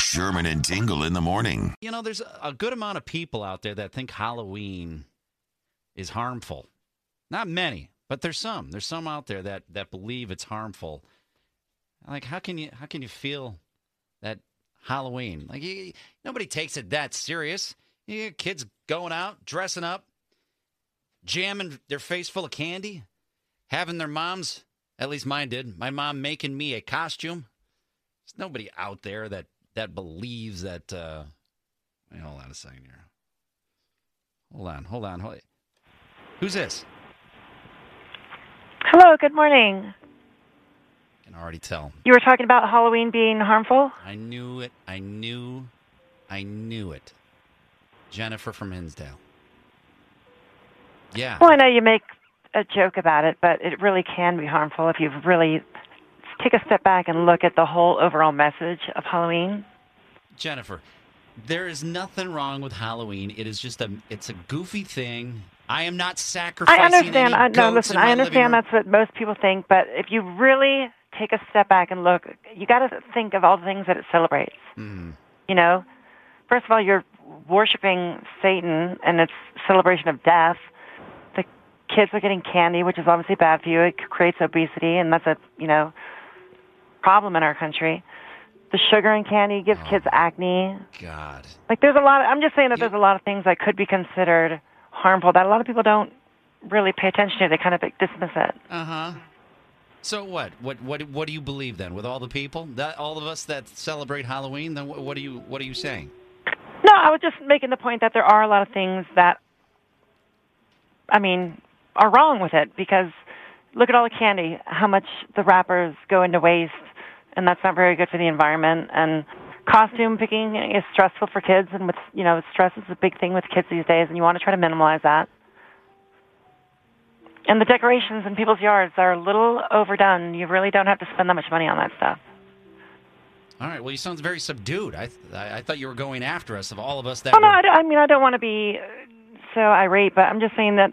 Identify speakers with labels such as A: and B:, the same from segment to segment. A: Sherman and Tingle in the morning.
B: You know, there's a good amount of people out there that think Halloween is harmful. Not many, but there's some. There's some out there that that believe it's harmful. Like, how can you how can you feel that Halloween? Like, you, nobody takes it that serious. You get kids going out, dressing up, jamming their face full of candy, having their moms. At least mine did. My mom making me a costume. There's nobody out there that that believes that. Uh, wait, hold on a second here. Hold on, hold on, hold. Who's this?
C: Hello, good morning.
B: I can already tell.
C: You were talking about Halloween being harmful?
B: I knew it. I knew. I knew it. Jennifer from Hinsdale. Yeah.
C: Well, I know you make a joke about it, but it really can be harmful if you really take a step back and look at the whole overall message of Halloween.
B: Jennifer, there is nothing wrong with Halloween. It is just a it's a goofy thing. I am not sacrificing.
C: I understand.
B: Any
C: I, no,
B: goats
C: listen,
B: in my
C: I
B: living room.
C: understand that's what most people think, but if you really take a step back and look, you got to think of all the things that it celebrates.
B: Mm,
C: You know, first of all, you're worshiping Satan and its celebration of death. The kids are getting candy, which is obviously bad for you. It creates obesity, and that's a you know problem in our country. The sugar in candy gives kids acne.
B: God.
C: Like, there's a lot. Of, I'm just saying that
B: You-
C: there's a lot of things that could be considered harmful that a lot of people don't really pay attention to. They kind of like, dismiss it.
B: Uh huh. So what? What? What? What do you believe then? With all the people, that all of us that celebrate Halloween, then what, what are you? What are you saying?
C: No, I was just making the point that there are a lot of things that, I mean, are wrong with it because look at all the candy, how much the wrappers go into waste, and that's not very good for the environment. And costume picking is stressful for kids, and with you know, stress is a big thing with kids these days, and you want to try to minimize that. And the decorations in people's yards are a little overdone. You really don't have to spend that much money on that stuff.
B: All right. Well, you sound very subdued. I th- I I thought you were going after us of all of us that.
C: Oh no,
B: were-
C: I, don't- I mean I don't want to be uh, so irate, but I'm just saying that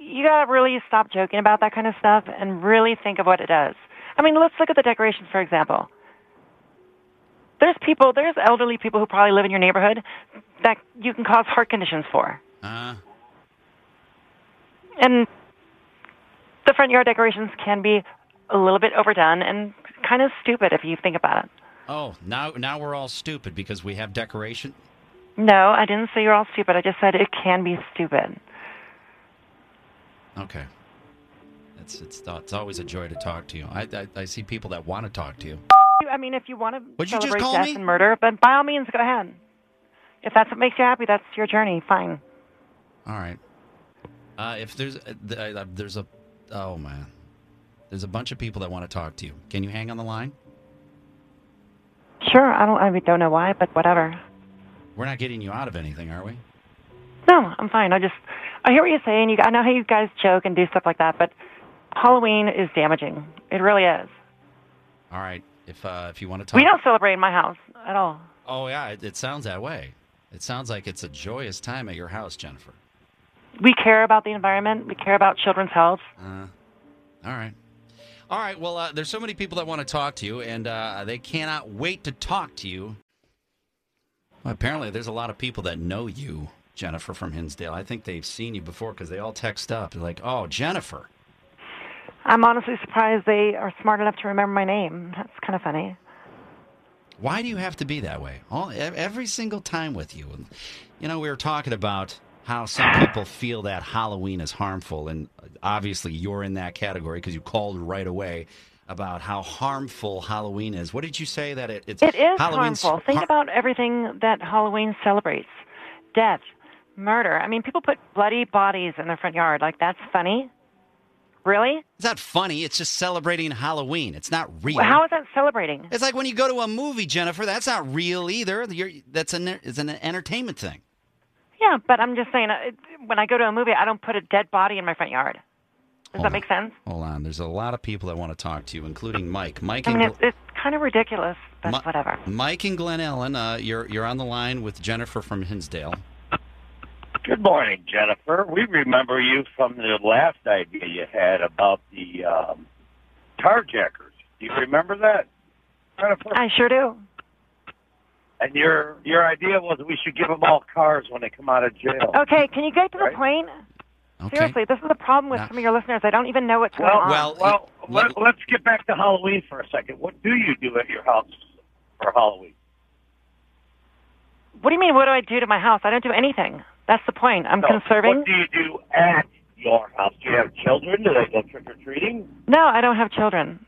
C: you gotta really stop joking about that kind of stuff and really think of what it does. I mean, let's look at the decorations for example. There's people, there's elderly people who probably live in your neighborhood that you can cause heart conditions for,
B: Uh,
C: and the front yard decorations can be a little bit overdone and kind of stupid if you think about it.
B: oh, now now we're all stupid because we have decoration.
C: No, I didn't say you're all stupid. I just said it can be stupid.
B: Okay. It's it's it's always a joy to talk to you. I I, I see people that want to talk to you.
C: you- I mean, if you want to
B: What'd you just
C: celebrate
B: call
C: death
B: me?
C: and murder, but by all means, go ahead. If that's what makes you happy, that's your journey. Fine.
B: All right. Uh, if there's uh, th- uh, there's a oh man, there's a bunch of people that want to talk to you. Can you hang on the line?
C: Sure. I don't. I don't know why, but whatever.
B: We're not getting you out of anything, are we?
C: No, I'm fine. I just. I hear what you're saying. You, I know how you guys joke and do stuff like that, but Halloween is damaging. It really is.
B: All right. If uh, if you want to talk,
C: We don't celebrate in my house at all.
B: oh yeah, it, it sounds that way. It sounds like it's a joyous time at your house, Jennifer.
C: We care about the environment. We care about children's health.
B: Uh, all right. All right. Well, uh, there's so many people that want to talk to you, and uh, they cannot wait to talk to you. Well, apparently, there's a lot of people that know you, Jennifer from Hinsdale. I think they've seen you before because they all text up. They're like, "Oh, Jennifer."
C: I'm honestly surprised they are smart enough to remember my name. That's kind of funny.
B: Why do you have to be that way? All ev- every single time with you. And, you know, we were talking about how some people feel that Halloween is harmful, and uh, obviously you're in that category because you called right away about how harmful Halloween is. What did you say that it, it's
C: It is
B: Halloween's
C: harmful. Think
B: har-
C: about everything that Halloween celebrates death, murder. I mean, people put bloody bodies in their front yard. Like, that's funny. Really?
B: It's not funny. It's just celebrating Halloween. It's not real.
C: Well, How is that celebrating?
B: It's like when you go to a movie, Jennifer. That's not real either. You're, that's an it's an entertainment thing.
C: Yeah, but I'm just saying, uh, it- when I go to a movie, I don't put a dead body in my front yard. Does
B: Hold
C: that make sense?
B: Hold on. There's a lot of people that want to talk to you, including Mike. Mike
C: I
B: and
C: mean, it's, it's kind of ridiculous, but
B: Mi-
C: whatever.
B: Mike and Glen Ellen. Uh, you're you're on the line with Jennifer from Hinsdale.
D: Good morning, Jennifer. We remember you from the last idea you had about the um, carjackers. Do you remember that, Jennifer?
C: I sure do.
D: And your your idea was we should give them all cars when they come out of jail.
C: Okay, can you get to the
D: Right.
C: point?
B: Okay.
C: Seriously, this is the problem with
B: Now-
C: some of your listeners. They don't even know what's going
D: Well,
C: on.
B: well,
D: well,
B: it-
D: let, let's get back to Halloween for a second. What do you do at your house for Halloween?
C: what do you mean? What do I do to my house? I don't do anything. That's the point. I'm
D: No,
C: conserving.
D: What do you do at your house? Do you have children? Do they go trick or treating?
C: no, I don't have children.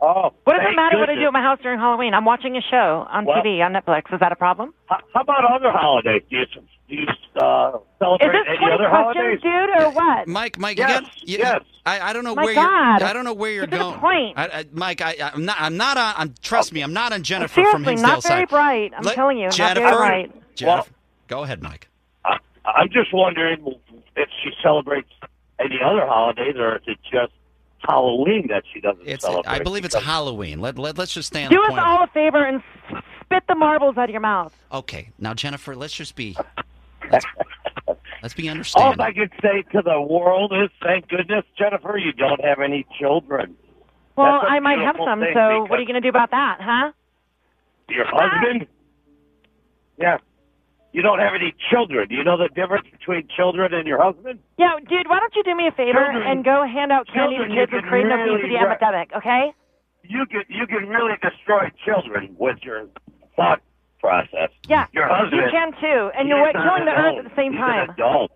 D: Oh,
C: What does it
D: thank
C: matter what I do
D: goodness.
C: at my house during Halloween? I'm watching a show on
D: Well-
C: TV on Netflix. Is that a problem?
D: How how about other holidays? Do you, do you uh, celebrate
C: Is this
D: any
C: 20
D: other
C: questions,
D: holidays?
C: dude, or what?
B: Mike, Mike,
D: Yes,
B: you got, you,
D: yes.
B: I, I don't know
C: My
B: where
C: God.
B: you're. I don't know where you're
C: Get to the
B: going.
C: point.
B: I, I, Mike, I, I'm not. I'm not on. I'm, trust me, I'm not on Jennifer from
C: Seriously,
B: Hinsdale
C: not very
B: side.
C: bright. I'm
B: Let-
C: telling you,
B: Jennifer,
C: not very bright.
B: Jennifer,
D: Well-
B: go ahead, Mike.
D: I, I'm just wondering if she celebrates any other holidays, or is it just Halloween that she doesn't
B: It's.
D: celebrate?
B: I believe it's
D: Because-
B: Halloween. Let, let us just stay on
C: Do
B: the
C: us
B: point. of-
C: all a favor and s- spit the marbles out of your mouth.
B: okay, now Jennifer, let's just be. Let's, let's be
D: All
B: understanding.
D: I could say to the world is, thank goodness, Jennifer, you don't have any children.
C: Well,
D: That's a
C: I might have
D: beautiful
C: some,
D: thing
C: so what are you
D: because-
C: going to do about that, huh?
D: Your husband? Yeah. You don't have any children. Do you know the difference between children and your husband?
C: Yeah, dude, why don't you do me a favor
D: Children-
C: and go hand out candy to
D: children,
C: kids
D: you
C: and
D: can
C: create an
D: really
C: obesity
D: wreck.
C: epidemic, okay?
D: you can you can really destroy children with your thought process.
C: Yeah.
D: Your husband.
C: You can too. And you're
D: he's
C: what,
D: an
C: killing the earth at
D: adult.
C: the same
D: he's
C: time.
D: An adult.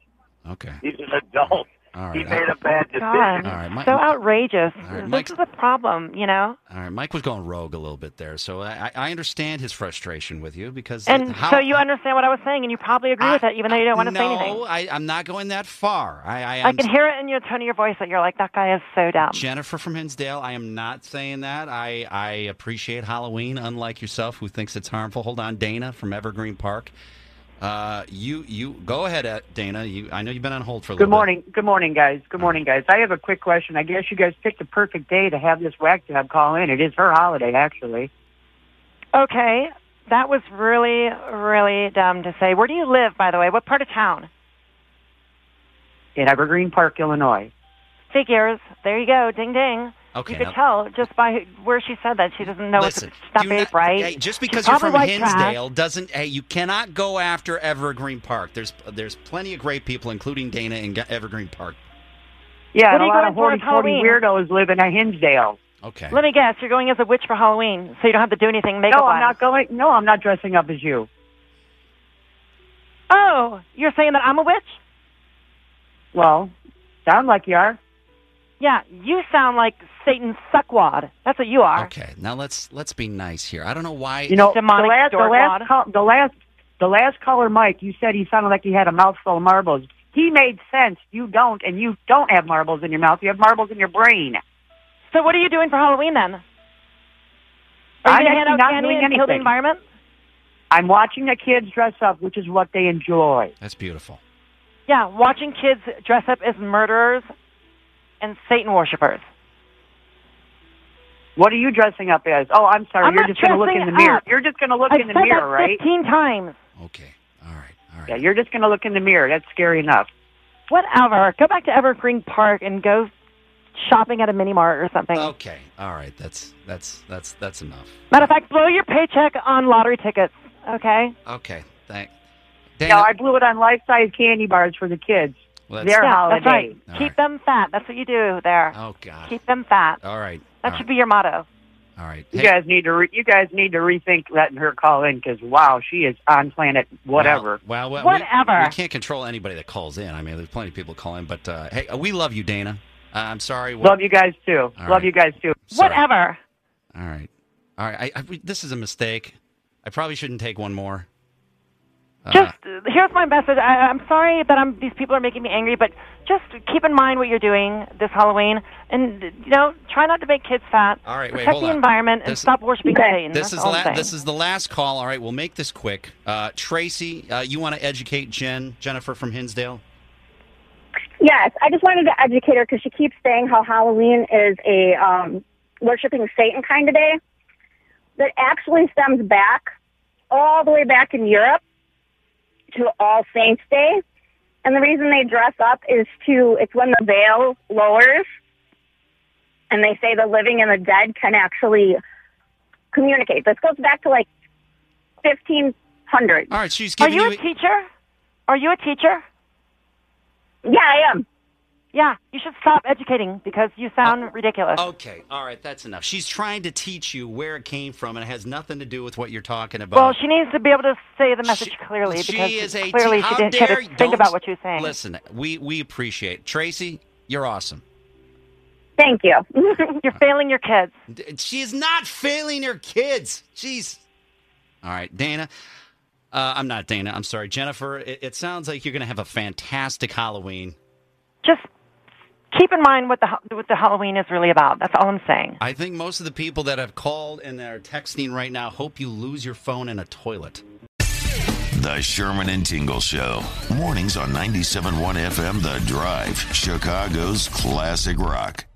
B: okay.
D: He's an adult.
B: All
D: he
B: right.
D: made a bad
C: God,
D: decision.
B: All right, Mike-
C: so outrageous.
B: right, Mike's-
C: this is the problem, you know?
B: All right, Mike was going rogue a little bit there, so I, I I understand his frustration with you because
C: And
B: how,
C: so you understand what I was saying, and you probably agree with
B: I-
C: it, even though you don't want to
B: no,
C: say anything.
B: I, I'm not going that far. I, I,
C: I
B: am
C: can hear it in your tone of your voice that you're like, that guy is so dumb.
B: Jennifer from Hinsdale. I am not saying that. I, I appreciate Halloween, unlike yourself, who thinks it's harmful. Hold on, Dana from Evergreen Park. Uh, you you go ahead, uh, Dana. You I know you've been on hold for a
E: Good
B: little
E: morning. Good morning, guys. Good morning, guys. I have a quick question. I guess you guys picked the perfect day to have this whack job call in. It is her holiday, actually.
C: Okay, that was really, really dumb to say. Where do you live, by the way? What part of town?
E: In Evergreen Park, Illinois.
C: Figures. There you go. Ding, ding.
B: bit. Okay.
C: you could
B: now-
C: tell just by where she said that she doesn't know
B: Listen,
C: it's stuff
B: do
C: ain't
B: not-
C: right.
B: hey, just because
C: She's
B: you're from
C: probably white trash.
B: Hinsdale doesn't. Hey, you cannot go after Evergreen Park. There's there's plenty of great people, including Dana in Ga- Evergreen Park.
E: Yeah,
C: What
E: and
C: are
E: a
C: you
E: lot
C: going
E: of
C: for on
E: hoity toity
C: Halloween?
E: weirdos live in a Hinsdale.
B: Okay.
C: Let me guess, you're going as a witch for Halloween, so you don't have to do anything makeup
E: No,
C: wise.
E: I'm not going. No, I'm not dressing up as you.
C: Oh, you're saying that I'm a witch?
E: Well, sound like you are.
C: Yeah, you sound like Satan's suckwad. That's what you are.
B: okay. Now let's let's be nice here. I don't know why.
E: You know, the
C: Demonic
E: last, the
C: dorkwad.
E: last, call, the last, the last caller, Mike. You said he sounded like he had a mouthful of marbles. He made sense. You don't, and you don't have marbles in your mouth. You have marbles in your brain.
C: So what are you doing for Halloween then? Are you
E: I'm
C: gonna
E: actually
C: hand out
E: not
C: candy
E: doing
C: and kill the
E: anything.
C: environment?
E: I'm watching the kids dress up, which is what they enjoy.
B: That's beautiful.
C: Yeah, watching kids dress up as murderers and Satan worshippers.
E: What are you dressing up as? Oh, I'm sorry.
C: I'm
E: you're
C: not
E: just going to look
C: dressing
E: in the mirror.
C: up.
E: You're just going to look
C: I've
E: in the
C: said
E: mirror,
C: that
E: right?
C: 15 times.
B: Okay. All right. All right.
E: Yeah, you're just going to look in the mirror. That's scary enough.
C: Whatever. Go back to Evergreen Park and go shopping at a mini mart or something.
B: Okay. All right. That's that's that's that's enough.
C: Matter of fact, blow your paycheck on lottery tickets, okay?
B: Okay. Thank.
E: Yeah,
B: Dana,
E: I blew it on life-size candy bars for the kids.
B: let's-
E: Their
C: yeah,
E: holiday.
C: that's right.
B: All
C: Keep
B: right.
C: them fat. That's what you do there.
B: oh God.
C: Keep them fat.
B: all right.
C: That
B: all
C: should
B: right.
C: be your motto.
B: All right.
E: You
B: Hey,
E: guys need to re- you guys need to rethink letting her call in because wow, she is on planet whatever.
B: Well, well, We,
C: Whatever.
B: we can't control anybody that calls in. I mean, there's plenty of people call in, but uh, hey, we love you, Dana. Uh, I'm sorry. We're-
E: Love you guys too.
B: All
E: Love
B: right.
E: you guys too.
B: sorry.
C: Whatever.
B: All right. All right. I, I, we- this is a mistake. I probably shouldn't take one more. Uh, Uh-huh.
C: Just uh, here's my message. I, I'm sorry that I'm these people are making me angry, but just keep in mind what you're doing this Halloween, and you know, try not to make kids fat.
B: All right, wait,
C: protect
B: hold
C: the
B: on.
C: environment and
B: This-
C: stop worshiping Satan.
B: This
C: That's
B: is
C: all I'm
B: la-
C: saying.
B: this is the last call. All right, we'll make this quick. Uh, Tracy, uh, you want to educate Jen Jennifer from Hinsdale?
F: Yes, I just wanted to educate her because she keeps saying how Halloween is a um, worshiping Satan kind of day. That actually stems back all the way back in Europe to All Saints Day. And the reason they dress up is to, it's when the veil lowers and they say the living and the dead can actually communicate. This goes back to like 1500.
B: All right, she's
C: Are
B: giving
C: you a teacher? Are you a teacher?
F: Yeah, I am.
C: Yeah, you should stop educating because you sound
B: Uh,
C: ridiculous.
B: Okay, all right, that's enough. She's trying to teach you where it came from, and it has nothing to do with what you're talking about.
C: well, she needs to be able to say the message
B: She-
C: clearly
B: she
C: because
B: is a
C: clearly
B: te-
C: she
B: how
C: didn't
B: dare you-
C: get to
B: don't-
C: think about what she was saying.
B: Listen, we we appreciate Tracy. You're awesome.
F: Thank you.
C: You're failing your kids.
B: D- She's not failing her kids. Jeez. All right, Dana. Uh, I'm not Dana. I'm sorry, Jennifer. It, it sounds like you're going to have a fantastic Halloween.
C: Just keep in mind what the ho- what the Halloween is really about. That's all I'm saying.
B: I think most of the people that have called and that are texting right now hope you lose your phone in a toilet.
A: The Sherman and Tingle Show. Mornings on 97.1 FM The Drive, Chicago's classic rock.